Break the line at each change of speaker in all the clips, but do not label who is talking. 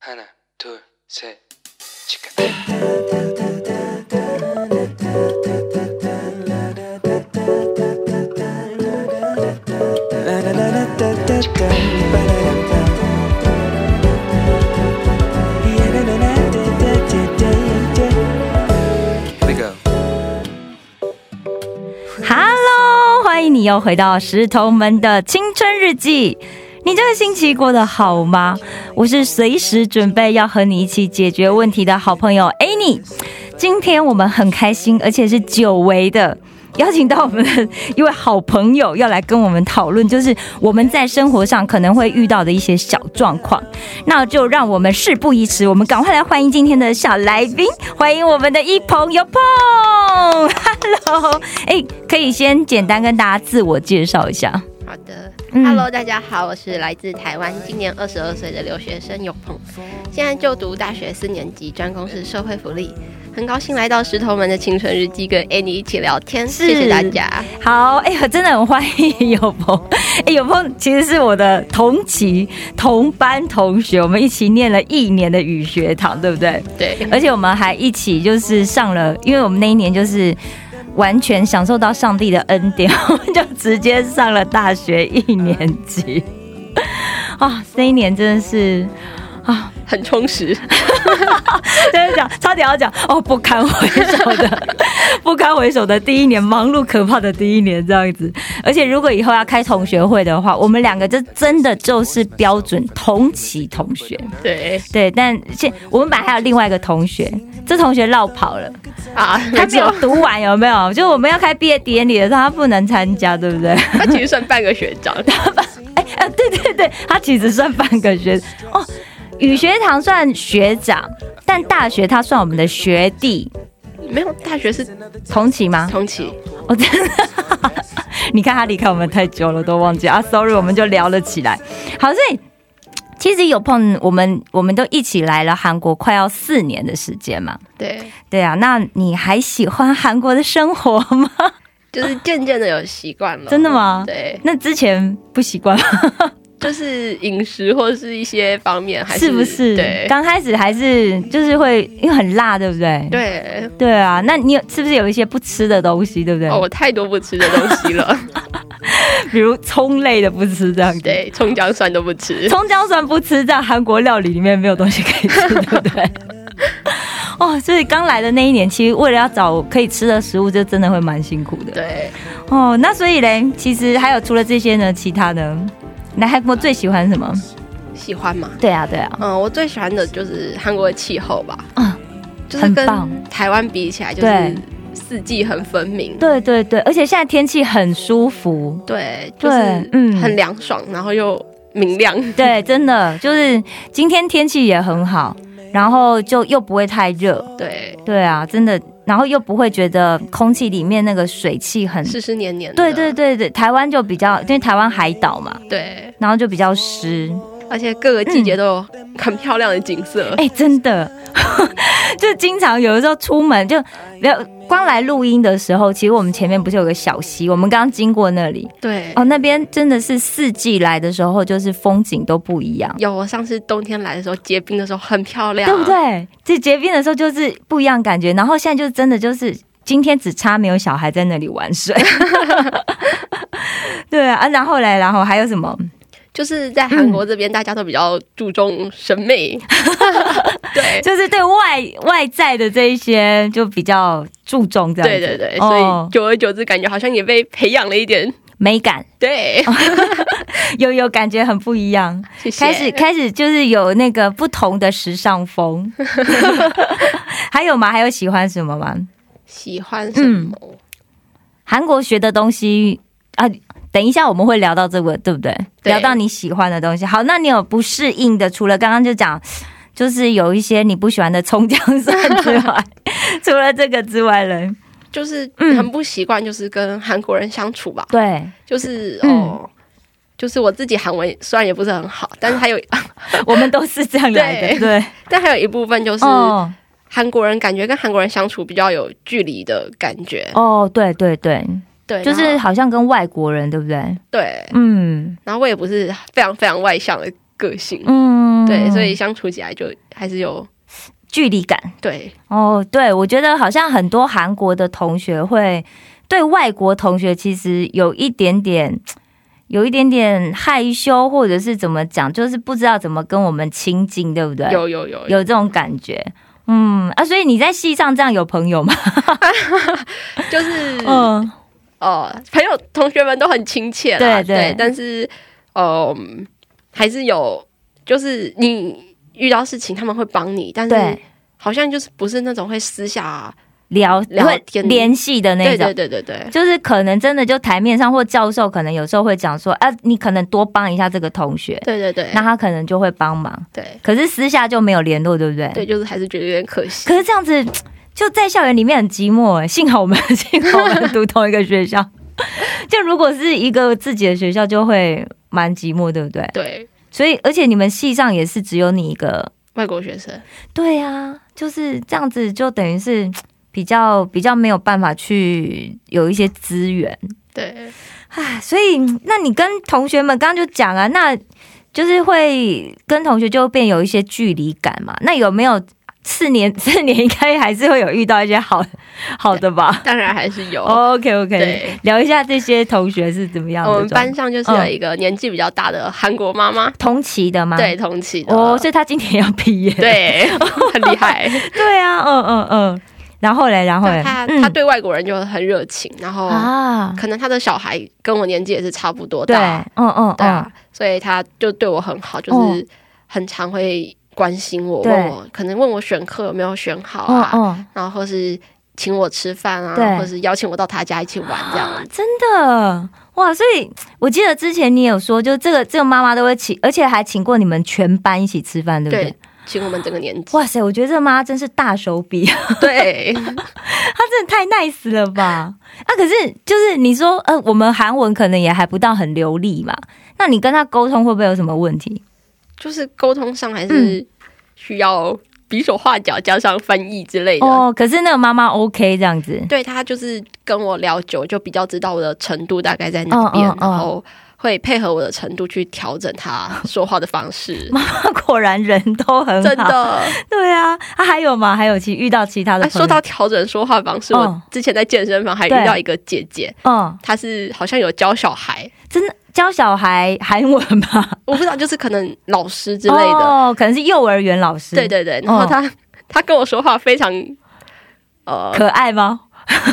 하나 둘셋 치카 Here we go.
Hello，欢迎你又回到石头门的青春日记。你这个星期过得好吗？我是随时准备要和你一起解决问题的好朋友 Annie。今天我们很开心，而且是久违的。邀请到我们的一位好朋友要来跟我们讨论，就是我们在生活上可能会遇到的一些小状况。那就让我们事不宜迟，我们赶快来欢迎今天的小来宾，欢迎我们的一鹏有鹏。Hello，哎、可以先简单跟大家自我介绍一下。
好的、
嗯
h e l l o 大家好，我是来自台湾，今年二十二岁的留学生永鹏，现在就读大学四年级，专攻是社会福利。很高兴来到石头门的青春日记，跟 Annie 一起聊天，
是
谢谢大家。
好，哎、呀，真的很欢迎有朋。哎、有朋其实是我的同期同班同学，我们一起念了一年的语学堂，对不对？
对，
而且我们还一起就是上了，因为我们那一年就是完全享受到上帝的恩典，我们就直接上了大学一年级。 啊，那一年真的是，
很充实，
真的讲，差点要讲哦，不堪回首的， 不堪回首的第一年，忙碌可怕的第一年这样子。而且如果以后要开同学会的话，我们两个就真的就是标准同期同学。
对
对，但现我们本来还有另外一个同学，这同学绕跑了。
啊，
他
没
没有
有，
读完，有没有？就我们要开毕业典礼的时候，他不能参加，对不 对？
他其实算半个学 长，
哎、啊，对对对，他其实算半个学哦。语学堂算学长，但大学他算我们的学弟，
没有大学是
同期吗？
同期，
我真的。你看他离开我们太久了，都忘记啊。Sorry，我们就聊了起来。好，所以其实有碰我们，我们都一起来了韩国，快要四年的时间嘛。
对，
对啊，那你还喜欢韩国的生活吗？
就是渐渐的有习惯了，
真的吗
对，
那之前不习惯吗
就是饮食或是一些方面，还
是不是？
对，
刚开始还是就是会因为很辣，对不对？
对，
对啊，那你有是不是有一些不吃的东西，对不对？
哦，我太多不吃的东西了，
比如葱类的不吃这样 子。
对，葱姜蒜都不吃。
葱姜蒜不吃，在韩国料理里面没有东西可以吃，对不 对？哦，所以刚来的那一年，其实为了要找可以吃的食物，就真的会蛮辛苦的。
对，
哦，那所以嘞，其实还有除了这些呢，其他的，你来韩国最喜欢什么？
喜欢吗？
对啊，对啊，
嗯，我最喜欢的就是韩国的气候吧，
嗯
就是
很
跟
棒
台湾比起来，就
对
是四季很分明，
对对对，而且现在天气很舒服，
对，就
对
是
嗯
很凉爽，然后又明亮，
对，真的就是今天天气也很好，然后就又不会太热，
对，
对啊，真的，然后又不会觉得空气里面那个水汽很，
湿湿黏黏的，
嗯对对对对，台湾就比较，因为台湾海岛嘛，
对，
然后就比较湿，
而且各个季节都有很漂亮的景色，
嗯哎、真的， 就经常有的时候出门就不要。光来录音的时候，其实我们前面不是有个小溪，我们刚刚经过那里
对。
哦，那边真的是四季来的时候，就是风景都不一样。
有，我上次冬天来的时候结冰的时候很漂亮，
对不？对？这结冰的时候就是不一样感觉，然后现在就真的就是今天只差没有小孩在那里玩水。 对啊，啊然后嘞，然后还有什么？
就是在韩
嗯
国这边，大家都比较注重审 美， 对，
就是对外外在的这一些就比较注重这样
对
子，
对对，所
哦
以久而久之，感觉好像也被培养了一点。
美感
对，
有有感觉很不一样。
谢谢
哦开始开始就是有那个不同的时尚 风，还有吗？还有喜欢什么吗？
喜欢什么？
嗯韩国学的东西啊，等一下我们会聊到这个，对不对？
对
聊到你喜欢的东西。好，那你有不适应的？除了刚刚就讲，就是有一些你不喜欢的葱姜蒜之外， 除了这个之外呢？
就是
嗯
很不习惯，就是跟韩国人相处吧，
对
就是
嗯
哦。就是我自己韩文虽然也不是很好，但是 还有，
我们都是这样来的，
对
对，
但还有一部分就是
哦
韩国人，感觉跟韩国人相处比较有距离的感觉。
哦，对对对，
对，
就
然
是
后
好像跟外国人，对不对？
对，
嗯，
然后我也不是非常非常外向的个性，
嗯，
对，所以相处起来就还是有
距离感。
对
哦，对，我觉得好像很多韩国的同学会对外国同学其实有一点点。有一点点害羞，或者是怎么讲，就是不知道怎么跟我们亲近，对不对？
有有有
有这种感觉，嗯啊，所以你在戏上这样有朋友吗？
就是
嗯，
哦，朋友同学们都很亲切啦，
对对
但是呃，嗯还是有，就是你遇到事情他们会帮你，但是
对，
好像就是不是那种会私下、
聊
聊
会
天
联系的那
对
种，
对对对对，
就是可能真的就台面上或教授可能有时候会讲说，啊，你可能多帮一下这个同学，
对对对
那，他可能就会帮忙，
对
可是私下就没有联络，对不对？
对，。就是还是觉得有点可惜。
可是这样子就在校园里面很寂寞哎，幸好我们幸好我们读同一个学 校，就如果是一个自己的学校，就会蛮寂寞，对不对？
对
所以而且你们系上也是只有你一个，
外国学生，
对啊，就是这样子，就等于是比较比较没有办法去有一些资源。
对
唉，所以嗯那你跟同学们刚刚就讲啊，那就是会跟同学就变有一些距离感嘛。那有没有四年 四年应该还是会有遇到一些好 好的吧
当然还是有。
？OK OK，
对，
聊一下这些同学是怎么哦样的嗯
我
状
们
况？
班上就是有一个年纪比较大的韩国妈妈，
同期的吗？
对，同期的，
哦，所以他今年要毕业。
对，很厉害。
对啊，嗯嗯嗯。然后嘞，然后嘞，
他
嗯
他对外国人就很热情，然后
啊，
可能他的小孩跟我年纪也是差不多
对，
大
嗯，嗯
对
嗯
啊，所以他就对我很好，就是很常会关心我，
对
问我可能问我选课有没有选好
嗯
啊，
嗯，
然后或是请我吃饭啊
对，
或是邀请我到他家一起玩这样子。
真的哇！所以我记得之前你有说，就这个这个妈妈都会请，而且还请过你们全班一起吃饭，对不对？
对，请我们整个年级，
哇塞，我觉得这个妈妈真是大手笔， 她
对
真的太 nice 了吧？啊，可是就是你说，呃，我们韩文可能也还不到很流利嘛，那你跟她沟通会不会有什么问题？
就是沟通上还
嗯
是需要比手画脚，加上翻译之类的。
哦，可是那个妈妈 OK 这样子，
对他就是跟我聊久，就比较知道我的程度大概在
嗯
哪边，
嗯嗯
然后会配合我的程度去调整 他说话的方式。
她果然人都很好，
真的，
对啊。啊，还有吗？还有其遇到其他的
哎，
朋友，
说到调整说话方式，
嗯
我之前在健身房还遇到一个姐姐，
嗯，
她是好像有教小孩，
真的教小孩韩文吧。
我不知道，就是可能老师之类的，
哦，可能是幼儿园老师，
对，对对。然后
嗯
她她跟我说话非常，呃，
可爱吗？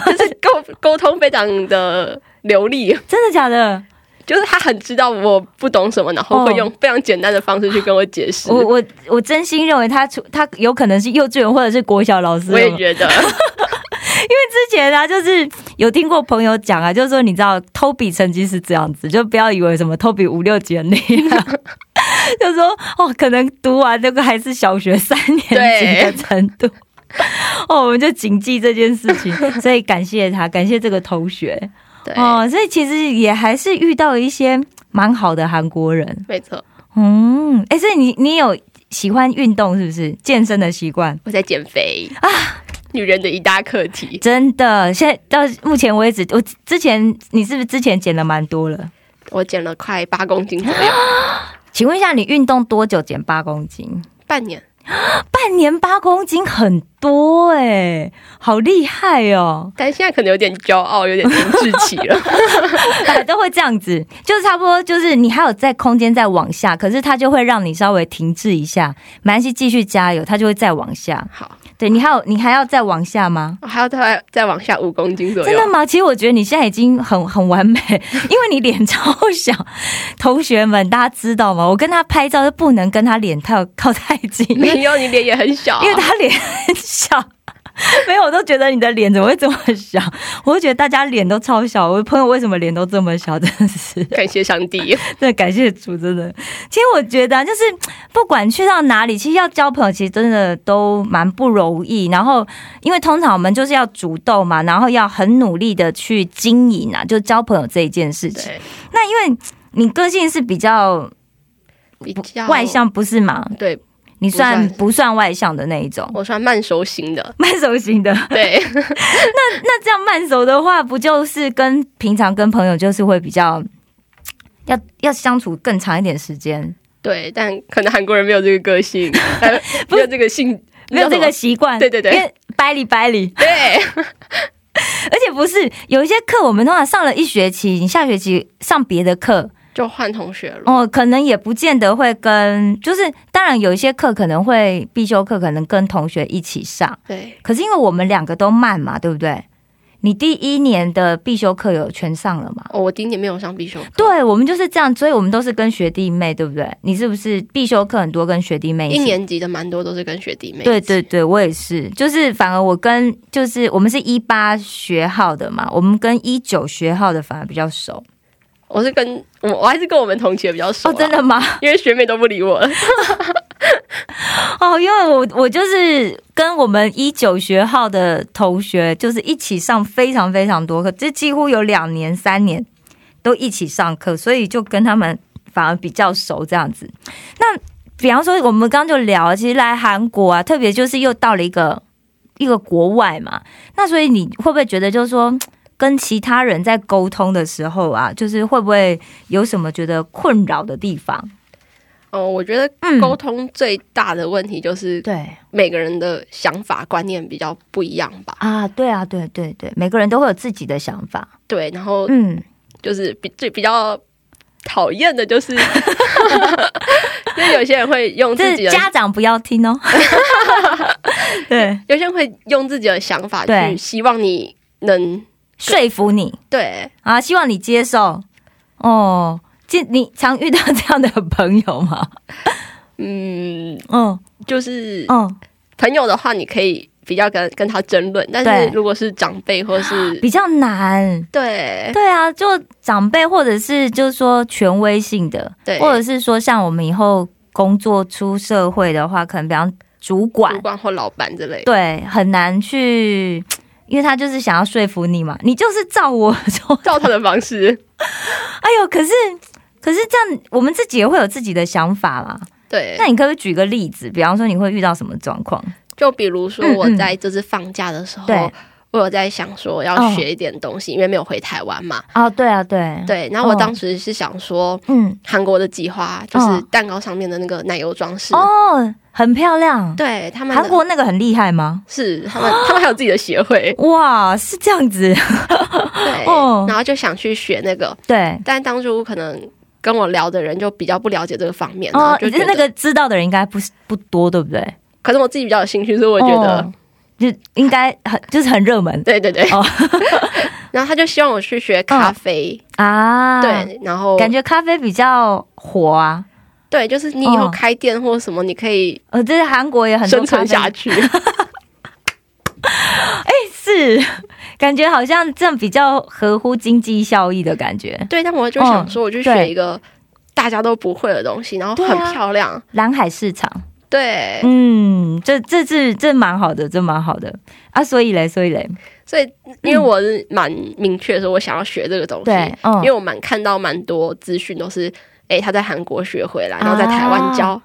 就是沟沟通非常的流利，
真的假的？
就是她很知道我不懂什么，然后会
嗯哦
用非常简单的方式去跟我解释。
我我我真心认为他出他有可能是幼稚园或者是国小老师。哦
我也觉得，
之前啊，就是有听过朋友讲啊，就是说你知道 Toby 成绩是这样子，就不要以为什么 Toby 五六级很厉害。 就说哦，可能读完这个还是小学三年级的程度。哦，我们就谨记这件事 情，所以感谢他，感谢这个同学
对，
哦。所以其实也还是遇到一些蛮好的韩国人。
没错，
嗯，哎、所以你你有喜欢运动是不是？健身的习惯？
我在减肥啊，女人的一大课题。
真的，现在到目前为止，我之前你是不是之前减了蛮多了？
我减了快八公斤左右，
请问一下，你运动多久减八公斤？
半年。
半年八公斤很多哎、好厉害哦！
但现在可能有点骄傲，有点停滞期了。
哎都会这样子，就是差不多，就是你还有在空间再往下，可是它就会让你稍微停滞一下。没关系，继续加油，它就会再往下。
好，
对你还有你还要再往下吗？
我还要再再往下五公斤左
真的
右。
吗？其实我觉得你现在已经很很完美，因为你脸超小。同学们，大家知道吗？我跟他拍照就不能跟他脸太靠太近，因为
没有，你脸也很小啊、
因为他脸很小。没有，我都觉得你的脸怎么会这么小？我就觉得大家脸都超小，我朋友为什么脸都这么小？真的是。
感谢上 帝，
真的感谢主，真的。其实我觉得、啊，就是不管去到哪里，其实要交朋友，其实真的都蛮不容易。然后，因为通常我们就是要主动嘛，然后要很努力的去经营啊，就交朋友这一件事情。
对，
那因为你个性是比较
比较
外，向，不是嘛？
对
你
不
算
算
不算外向的那一种？
我算慢熟型 的，
慢熟型的，
对
那这样慢熟的话，不就是跟平常跟朋友就是会比较要要相处更长一点时间？
对，但可能韩国人没有这个个 性，呃没有这个性，
没有这个
性，
习惯，
对对对
因为掰里掰里，
对，
而且不是有一些课，我们通常上了一学期，你下学期上别的课，
就换同学了。
哦，可能也不见得会跟，就是当然有一些课可能会必修课，可能跟同学一起上，
对，
可是因为我们两个都慢嘛，对不对？你第一年的必修课有全上了吗？
哦，我今年没有上必修课，
对，我们就是这样，所以我们都是跟学弟妹，对不对？你是不是必修课很多跟学弟妹起
一年级的蛮多都是跟学弟妹一起。
对对对，我也是，就是反而我跟就是我们是一八学号的嘛，我们跟一九学号的反而比较熟
我是跟我我还是跟我们同学比较熟、啊
哦，真的，吗？
因为学妹都不理我了。
哦，因为我我就是跟我们一九学号的同学，就是一起上非常非常多课，这几乎有两年三年都一起上课，所以就跟他们反而比较熟这样子。那比方说，我们刚刚就聊，其实来韩国啊，特别就是又到了一个一个国外嘛，那所以你会不会觉得就是说？跟其他人在沟通的时候啊，就是会不会有什么觉得困扰的地方？
哦，我觉得
嗯
沟通最大的问题就是
对，
每个人的想法观念比较不一样吧。
啊，对啊，对对对，每个人都会有自己的想法。
对，然后
嗯，
就是比最比较讨厌的 就是，因为有些人会用
这
自己
是
的，
家长不要 听哦。对，
有些人会用自己的想法
对
去希望你能
说服你
对
啊，希望你接受。哦，这你常遇到这样的朋友吗？
嗯，
嗯
就是
嗯，
朋友的话，你可以比较跟跟他争论，但
对啊
是如果是长辈或是
比较难。
对
对啊，就长辈或者是就是说权威性的，
对
或者是说像我们以后工作出社会的话，可能比方主管
主，管或老板之类的，
对，很难去，因为他就是想要说服你嘛，你就是照我说
照他的方式，
哎呦，可是可是这样，我们自己也会有自己的想法嘛。
对
那，你可不可以举个例子？比方说你会遇到什么状况？
就比如说
嗯
我
嗯
在这次放假的时候，
对
我有在想说要
哦
学一点东西，因为没有回台湾嘛。
哦，对啊，对，
对，然后我
哦
当时是想说，
嗯，
韩国的计划就是
嗯
蛋糕上面的那个奶油装饰，
哦，很漂亮。
对他们的
韩国那个很厉害吗？
是他们，他们还有自己的协会，
哇，是这样子，
对，
哦
然后就想去学那个，
对。
但当初可能跟我聊的人就比较不了解这个方面，然后
哦，
就
你
觉得，
是那个知道的人应该不是不多，对不对？
可能我自己比较有兴趣，所以我觉得，
哦就应该很就是很热门
对对对，
哦
然后他就希望我去学咖啡，
啊。，
对，然后
感觉咖啡比较火啊。
对，就是你以后
哦
开店或什么，你可以
呃，这是韩国也很
生
多咖
存
啡
下去，
是， 感觉好像这样比较合乎经济效益的感觉。
对，但我就想说，我就学
嗯对
一个大家都不会的东西，然后
对
很
啊
漂亮，
蓝海市场，
对，
嗯，这这是这蛮好的，这蛮好的啊。所以嘞，所以嘞，
所以，因为我是蛮明确说，我想要学这个东西，
对，嗯
因为我蛮看到蛮多资讯都是，诶，他在韩国学回来，然后在
啊
台湾教，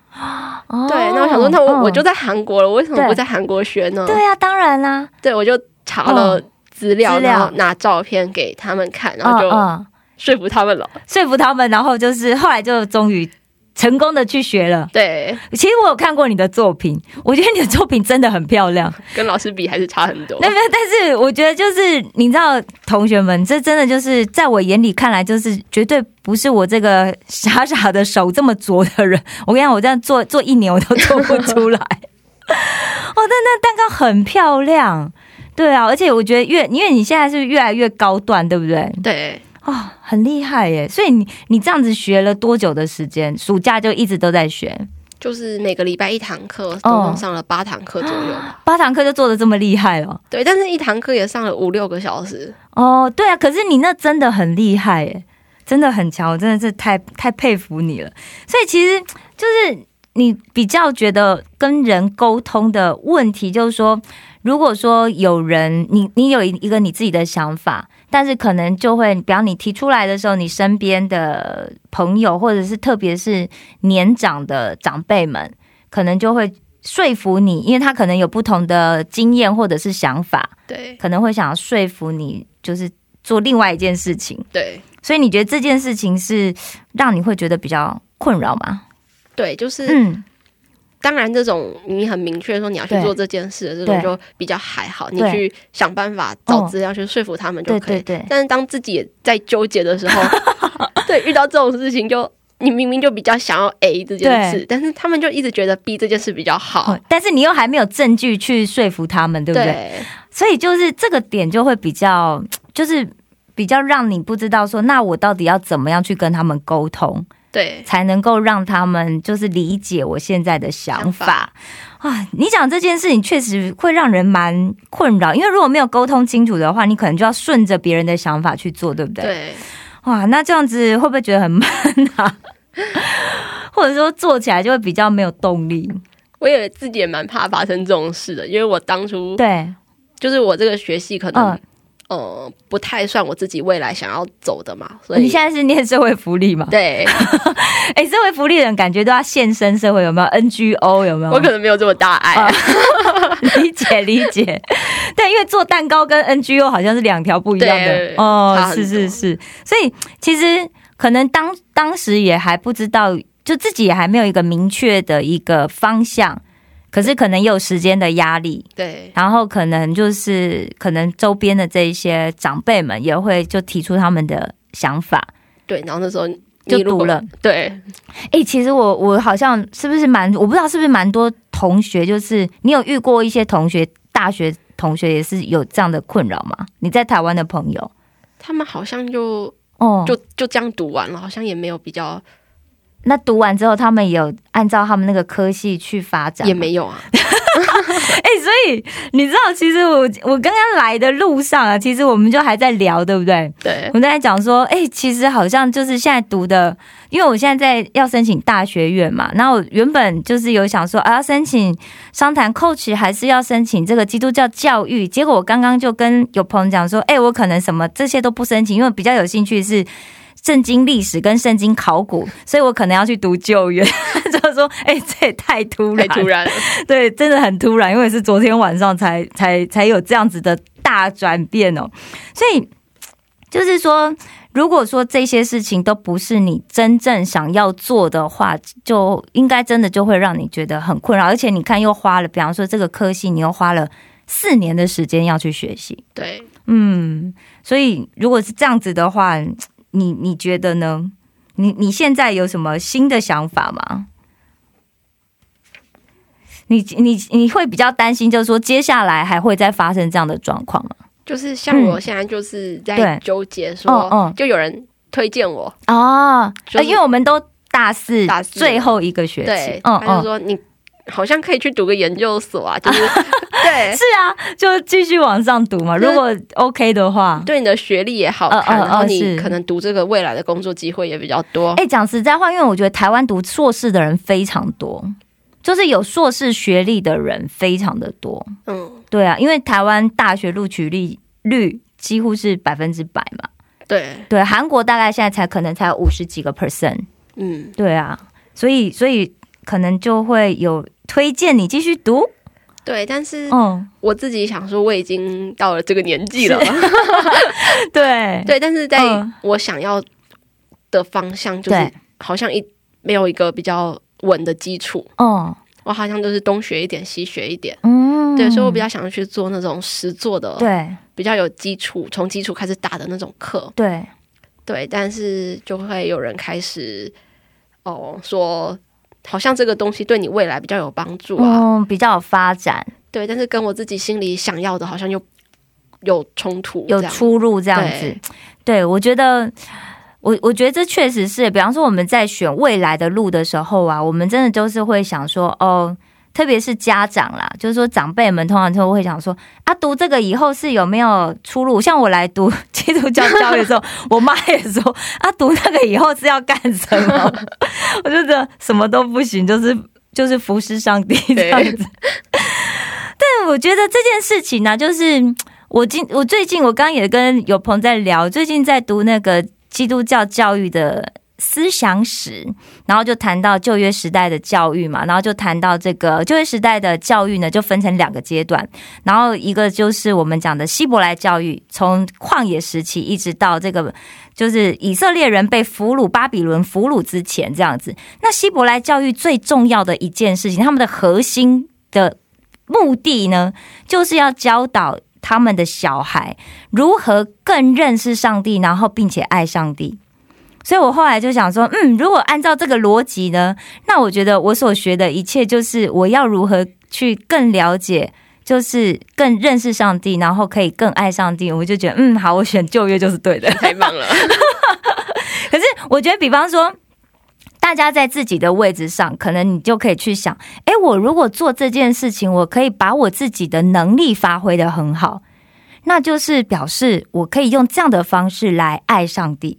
对。那我想说，那我、我就
在
在韩国了，我为什么
哦嗯对
不在韩国学呢？
对啊，当然啦，
对，我就查了资料，
资料
然后拿照片给他们看，然后
嗯
就
嗯，
说服他们了。
说服他们，然后就是后来就终于。成功的去学了。
对，
其实我有看过你的作品，我觉得你的作品真的很漂亮。
跟老师比还是差很多
那。没有，但是我觉得就是你知道，同学们，这真的就是在我眼里看来，就是绝对不是我这个傻傻的手这么拙的人。我跟你讲，我这样做 做一年我都做不出来。哦，但那蛋糕很漂亮，对啊，而且我觉得越因为你现在是越来越高段，对不对？
对，
哦，很厉害耶！所以你你这样子学了多久的时间？暑假就一直都在学，
就是每个礼拜一堂课，总
嗯
共上了八堂课左右吧。
八堂课就做的这么厉害哦了。
对，但是一堂课也上了五六个小时。
哦，对啊，可是你那真的很厉害耶，真的很强，我真的是太太佩服你了。所以其实就是你比较觉得跟人沟通的问题，就是说，如果说有人你你有一一个你自己的想法，但是可能就会，比方你提出来的时候，你身边的朋友或者是特别是年长的长辈们，可能就会。说服你，因为他可能有不同的经验或者是想法，
对，
可能会想要说服你，就是做另外一件事情。
对，
所以你觉得这件事情是让你会觉得比较困扰吗？
对，就是、
嗯，
当然这种你很明确说你要去
对
做这件事的这种
对
就比较还好，你
对嗯
去想办法找资料去说服他们就
对
可以。
对对，
但是当自己也在纠结的时候， 对，遇到这种事情就。你明明就比较想要 A 这件事，但是他们就一直觉得 B 这件事比较好，
哦但是你又还没有证据去说服他们，对不对？
对
所以就是这个点就会比较，就是比较让你不知道说，那我到底要怎么样去跟他们沟通，
对
才能够让他们就是理解我现在的想法啊？你讲这件事情确实会让人蛮困扰，因为如果没有沟通清楚的话，你可能就要顺着别人的想法去做，对不对？
对
哇，那这样子会不会觉得很慢啊？或者说做起来就会比较没有动力？
我也自己也蛮怕发生这种事的，因为我当初
对，
就是我这个学系可能
嗯，
呃，不太算我自己未来想要走的嘛，所以
哦你现在是念社会福利嘛？
对
哎、社会福利人感觉都要献身社会，有没有？NGO 有没有？
我可能没有这么大爱、
哦
啊，
理解理解，但因为做蛋糕跟 NGO 好像是两条不一样的
对差
哦，
很
是
多
是是，所以其实可能当当时也还不知道，就自己也还没有一个明确的一个方向，可是可能也有时间的压力，
对
然后可能就是可能周边的这一些长辈们也会就提出他们的想法，
对，然后那时候
就
你如
读
果
了。
对
哎、其实我我好像是不是蛮，我不知道是不是蛮多同学，就是你有遇过一些同学，大学同学也是有这样的困扰吗？你在台湾的朋友，
他们好像就
哦，
就就这样读完了，好像也没有比较，
那读完之后，他们也有按照他们那个科系去发展吗，
也没有啊，
哎、所以你知道，其实我我刚刚来的路上啊，其实我们就还在聊，对不对？
对
我们在讲说，哎、其实好像就是现在读的，因为我现在在要申请大学院嘛，然后我原本就是有想说，啊，要申请商谈 coach 还是要申请这个基督教教育，结果我刚刚就跟有朋友讲说，哎、我可能什么这些都不申请，因为我比较有兴趣是。圣经历史跟圣经考古，所以我可能要去读救 援，就说，哎、这也太突然
太
了，
突 然了，
对，真的很突然，因为是昨天晚上才才才有这样子的大转变哦。所以就是说，如果说这些事情都不是你真正想要做的话，就应该真的就会让你觉得很困扰。而且你看，又花了，比方说这个科系，你又花了四年的时间要去学习，
对，
嗯，所以如果是这样子的话，你你觉得呢？你你现在有什么新的想法吗？你你你会比较担心，就是说接下来还会再发生这样的状况吗？
就是像我现在就是在
嗯对
纠结
嗯
说
嗯，
就有人推荐我，
哦，
就是
呃因为我们都大四
大四
最后一个学期嗯
对，，他就说你好像可以去读个研究所啊，就是 对
是啊，就继续往上读嘛。
就是
如果 OK 的话，
对你的学历也好看，
嗯嗯嗯
然后你
是
可能读这个未来的工作机会也比较多。
哎、讲实在话，因为我觉得台湾读硕士的人非常多，就是有硕士学历的人非常的多。
嗯，
对啊，因为台湾大学录取率率几乎是百分之百嘛。
对，
对，韩国大概现在才可能才五十几个 percent。
嗯，
对啊，所以所以可能就会有推荐你继续读。
对。但是
嗯，
我自己想说，我已经到了这个年纪了，
对
对。但是在
嗯
我想要的方向，就是
对
好像一没有一个比较稳的基础，
哦，
我好像就是东学一点，西学一点。
嗯，
对，所以我比较想去做那种实做的，
对
比较有基础，从基础开始打的那种课。
对
对，但是就会有人开始哦说，好像这个东西对你未来比较有帮助啊。
嗯，比较有发展，
对，但是跟我自己心里想要的好像又有冲突，
有
这样
出入这样子。
对
对我觉得。我我觉得这确实是，比方说我们在选未来的路的时候啊，我们真的就是会想说，哦，特别是家长啦，就是说长辈们通常就会想说，啊，读这个以后是有没有出路？像我来读 基督教教育的时候，我妈也说，啊，读那个以后是要干什么？ 我就觉得什么都不行，就是就是服侍上帝这样子。 但我觉得这件事情呢、啊就是我今我最近我刚刚也跟有朋友在聊，最近在读那个基督教教育的思想史，然后就谈到旧约时代的教育嘛，然后就谈到这个旧约时代的教育呢，就分成两个阶段，然后一个就是我们讲的希伯来教育，从旷野时期一直到这个就是以色列人被俘虏巴比伦俘虏之前这样子。那希伯来教育最重要的一件事情，他们的核心的目的呢，就是要教导他们的小孩如何更认识上帝，然后并且爱上帝。所以我后来就想说，嗯，如果按照这个逻辑呢，那我觉得我所学的一切就是我要如何去更了解。就是更认识上帝，然后可以更爱上帝，我就觉得嗯，好，我选旧约就是对的。
太棒了！
可是我觉得，比方说，大家在自己的位置上，可能你就可以去想，诶，我如果做这件事情，我可以把我自己的能力发挥的很好，那就是表示我可以用这样的方式来爱上帝。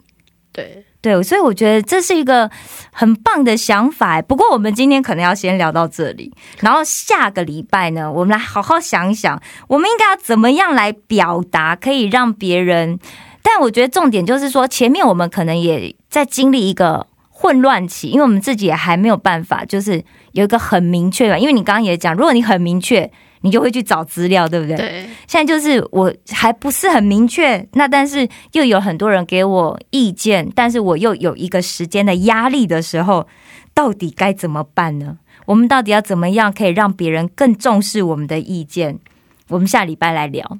对，
对，所以我觉得这是一个很棒的想法。欸不过我们今天可能要先聊到这里，然后下个礼拜呢，我们来好好想一想，我们应该要怎么样来表达，可以让别人。但我觉得重点就是说，前面我们可能也在经历一个混乱期，因为我们自己也还没有办法，就是有一个很明确的。因为你刚刚也讲，如果你很明确，你就会去找资料，对不对？
对，
现在就是我还不是很明确，那但是又有很多人给我意见，但是我又有一个时间的压力的时候，到底该怎么办呢？我们到底要怎么样可以让别人更重视我们的意见？我们下礼拜来聊。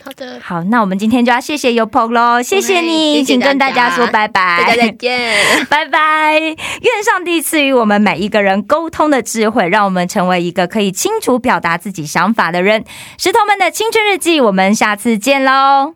好的，
好，那我们今天就要谢谢 Yopo 喽，谢谢你，
谢谢
请跟大家说拜拜，
大家再 见，
拜拜！愿上帝赐予我们每一个人沟通的智慧，让我们成为一个可以清楚表达自己想法的人。石头们的青春日记，我们下次见喽！